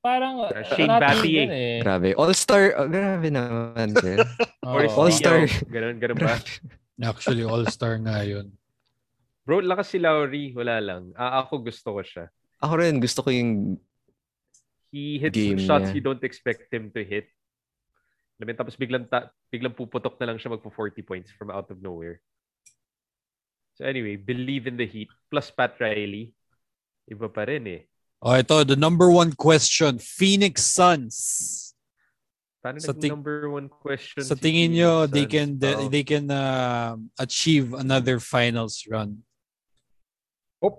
Speaker 3: Parang
Speaker 2: Uh, Shane
Speaker 3: natin
Speaker 2: Battier.
Speaker 3: yun eh.
Speaker 4: Grabe. All-star. Oh, grabe naman, sir.
Speaker 3: Oo.
Speaker 2: Or
Speaker 4: All-star.
Speaker 2: Ganun, ganun ba?
Speaker 4: Grabe.
Speaker 1: Oh. Actually, all-star nga yun.
Speaker 2: Bro, lakas si Lowry. Wala lang. Ah, ako gusto ko siya.
Speaker 4: Ako rin, gusto ko yung...
Speaker 2: He hits
Speaker 4: Game
Speaker 2: shots
Speaker 4: niya.
Speaker 2: you don't expect him to hit. Alam mo, yun, tapos biglang, ta- biglang puputok na lang siya magpo 40 points from out of nowhere. So anyway, believe in the Heat. Plus Pat Riley. Iba pa rin eh.
Speaker 1: Oh, ito, the number one question. Phoenix Suns.
Speaker 2: Paano
Speaker 1: Sa
Speaker 2: naging
Speaker 1: ting-
Speaker 2: number one question?
Speaker 1: Sa
Speaker 2: si
Speaker 1: tingin nyo,
Speaker 2: Phoenix
Speaker 1: they
Speaker 2: Suns?
Speaker 1: can, they,
Speaker 2: Oh.
Speaker 1: they can uh, achieve another finals run.
Speaker 5: Oh,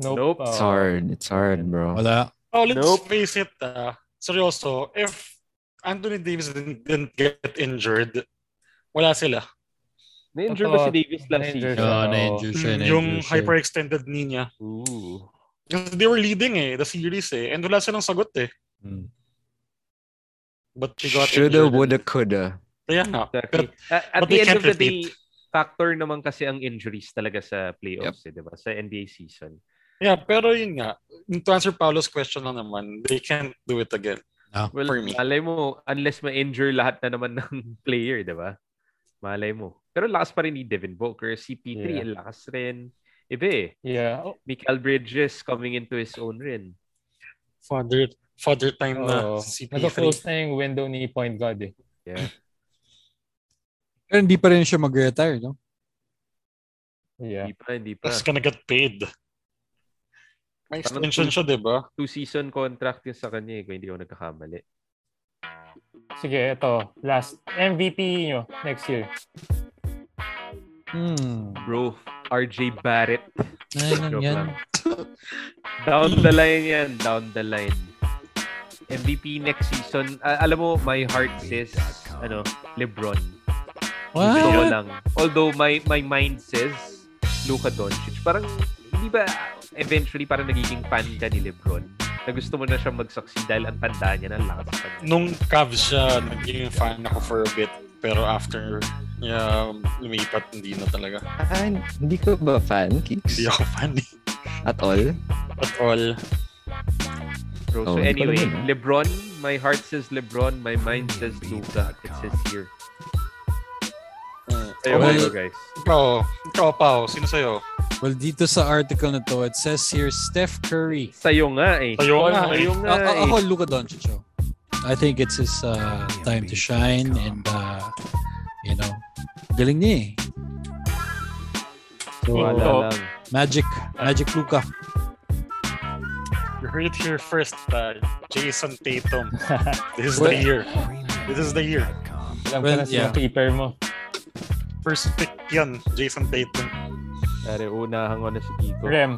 Speaker 3: Nope. uh,
Speaker 2: Nope.
Speaker 3: Oo.
Speaker 4: It's hard. It's hard, bro.
Speaker 1: Wala.
Speaker 5: oh let's
Speaker 2: Nope.
Speaker 5: face it, ah. seryoso, if Anthony Davis didn't, didn't get injured, wala sila.
Speaker 2: Na-injure ba si
Speaker 3: Totoo.
Speaker 2: Davis last
Speaker 3: Na-injure
Speaker 2: season?
Speaker 3: siya.
Speaker 1: Oh, na-injure siya. na-injure
Speaker 5: Mm, yung
Speaker 1: siya.
Speaker 5: hyperextended knee niya.
Speaker 2: Ooh.
Speaker 5: Kasi they were leading eh, the series eh. And wala silang sagot eh.
Speaker 1: Hmm.
Speaker 5: But she got
Speaker 4: Shoulda,
Speaker 5: injured.
Speaker 4: woulda, coulda.
Speaker 5: Kaya nga.
Speaker 2: Exactly.
Speaker 5: But
Speaker 2: A- at the
Speaker 5: but they
Speaker 2: end
Speaker 5: can't
Speaker 2: of the day,
Speaker 5: repeat.
Speaker 2: factor naman kasi ang injuries talaga sa playoffs, eh, di ba? Sa NBA season.
Speaker 5: Yeah, pero yun nga, to answer Paolo's question lang naman, they can't do it again.
Speaker 2: Well,
Speaker 5: For me.
Speaker 2: malay mo, unless ma-injure lahat na naman ng player, di ba? Malay mo. Pero lakas pa rin ni Devin Booker, CP3,
Speaker 3: Yeah.
Speaker 2: ang lakas rin. Ibe, eh.
Speaker 3: Yeah. Oh,
Speaker 2: Michael Bridges coming into his own rin.
Speaker 5: Father father time
Speaker 3: oo.
Speaker 5: na CP3.
Speaker 3: Nagka-close oh, na yung window ni Point Guard eh.
Speaker 1: Pero hindi pa rin siya mag-retire, no?
Speaker 3: Yeah.
Speaker 2: Hindi pa, hindi pa.
Speaker 5: He's gonna get paid. May
Speaker 2: Parang
Speaker 5: extension
Speaker 2: two-
Speaker 5: siya, di ba?
Speaker 2: Two-season contract yun sa kanya eh, kung hindi ako nagkakamali.
Speaker 3: Sige, ito. Last. MVP nyo next year.
Speaker 1: Hmm.
Speaker 2: Bro, RJ Barrett.
Speaker 1: Ay, lang
Speaker 2: Joke
Speaker 1: yan.
Speaker 2: lang. Down the line yan. Down the line. MVP next season. A- alam mo, my heart says, ano, Lebron. Gusto ko
Speaker 1: What?
Speaker 2: lang. Although, my, my mind says, Luka Doncic. Parang, di ba, eventually, parang nagiging fan ka ni Lebron. Na gusto mo na siya mag-succeed dahil ang tanda niya, ng lakas pa niya.
Speaker 5: Nung Cavs siya, naging fan ako for a bit. Pero after niya lumipat, hindi na talaga.
Speaker 4: Ah, hindi ko ba fan, Kicks?
Speaker 5: Hindi ako fan eh.
Speaker 4: At all?
Speaker 5: At all.
Speaker 2: Bro,
Speaker 4: Oh,
Speaker 2: so
Speaker 4: hindi ko
Speaker 2: anyway,
Speaker 4: alam yun, ah.
Speaker 2: Lebron, my heart says Lebron, my mind says Luka. It's his year.
Speaker 5: Mm.
Speaker 2: Ayun,
Speaker 1: Okay.
Speaker 2: ayun, guys.
Speaker 5: Ikaw, ikaw Pao, sino sa'yo?
Speaker 1: Well, dito sa article na to, it says here, Steph Curry.
Speaker 2: Sa'yo nga eh.
Speaker 5: Sa'yo
Speaker 3: Paul,
Speaker 5: nga. eh.
Speaker 2: Sa'yo nga
Speaker 1: A- a-
Speaker 2: eh.
Speaker 1: ako, Luka Doncic. oh. I think it's his uh, time to shine and uh, you know, galing niya eh. So,
Speaker 2: Wala
Speaker 3: Oo.
Speaker 2: lang.
Speaker 1: magic, magic Luka.
Speaker 5: You heard it here first, uh, Jason Tatum. This is
Speaker 1: Well-
Speaker 5: the year. This is the year.
Speaker 3: Alam ko
Speaker 1: Well,
Speaker 3: na
Speaker 1: yeah.
Speaker 3: sino keeper mo.
Speaker 5: First pick yan, Jason Tatum.
Speaker 2: Pare, unahan ko na si Kiko.
Speaker 3: Rem.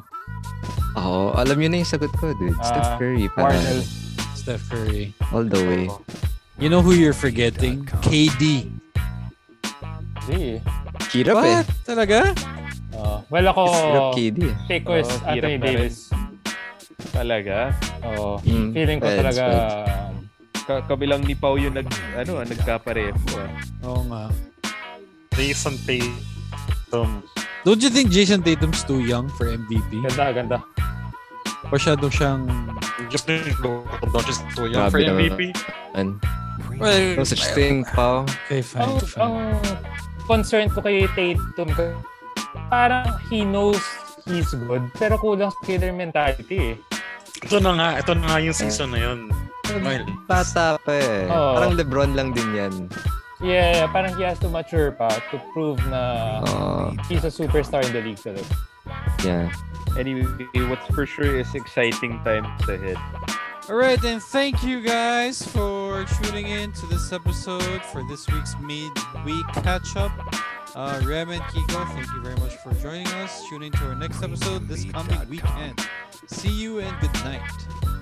Speaker 4: Oo, alam yun na yung sagot ko, dude.
Speaker 3: Ah,
Speaker 4: Steph Curry, para
Speaker 3: Marnell.
Speaker 1: Steph Curry.
Speaker 4: all the way.
Speaker 1: You know who you're forgetting? KD.
Speaker 3: Hindi eh.
Speaker 4: Hirap eh.
Speaker 1: Talaga?
Speaker 3: Oo. Oh, well, ako,
Speaker 4: It's hirap KD. eh.
Speaker 3: take ko is
Speaker 2: Oo, hirap
Speaker 3: Anthony
Speaker 2: na rin.
Speaker 3: Davis. Oh.
Speaker 2: Talaga?
Speaker 3: Oo.
Speaker 4: Mm,
Speaker 3: Feeling ko
Speaker 4: pwede,
Speaker 3: talaga...
Speaker 4: pwede.
Speaker 2: Ka- kabilang ni Pau yung nag, ano, ah, nagkapareho. ah.
Speaker 1: Oo nga.
Speaker 5: Jason Tatum.
Speaker 1: Don't you think Jason Tatum's too young for MVP?
Speaker 3: Ganda, ganda.
Speaker 1: Masyado siyang...
Speaker 5: Just Dodgers to yan for
Speaker 4: Grabe naman.
Speaker 5: MVP.
Speaker 4: And
Speaker 1: Well,
Speaker 4: no such thing, pal.
Speaker 1: okay, fine.
Speaker 3: Ang, ang
Speaker 1: fine.
Speaker 3: concern ko kay Tatum, parang he knows he's good, pero kulang sa killer mentality eh.
Speaker 5: Ito na nga, ito na nga yung season na yun. Well,
Speaker 4: Bata pa eh.
Speaker 3: Oo.
Speaker 4: Parang Lebron lang din yan.
Speaker 3: Yeah, parang he has to mature pa to prove na
Speaker 4: Oo,
Speaker 3: he's a superstar in the league talaga.
Speaker 4: yeah.
Speaker 2: Anyway, what's for sure is exciting times ahead.
Speaker 1: All right, and thank you guys for for tuning in to this episode for this week's midweek catch up. Uh, Rem and Kiko, thank you very much for joining us. Tune in to our next episode this coming weekend. See you and good night.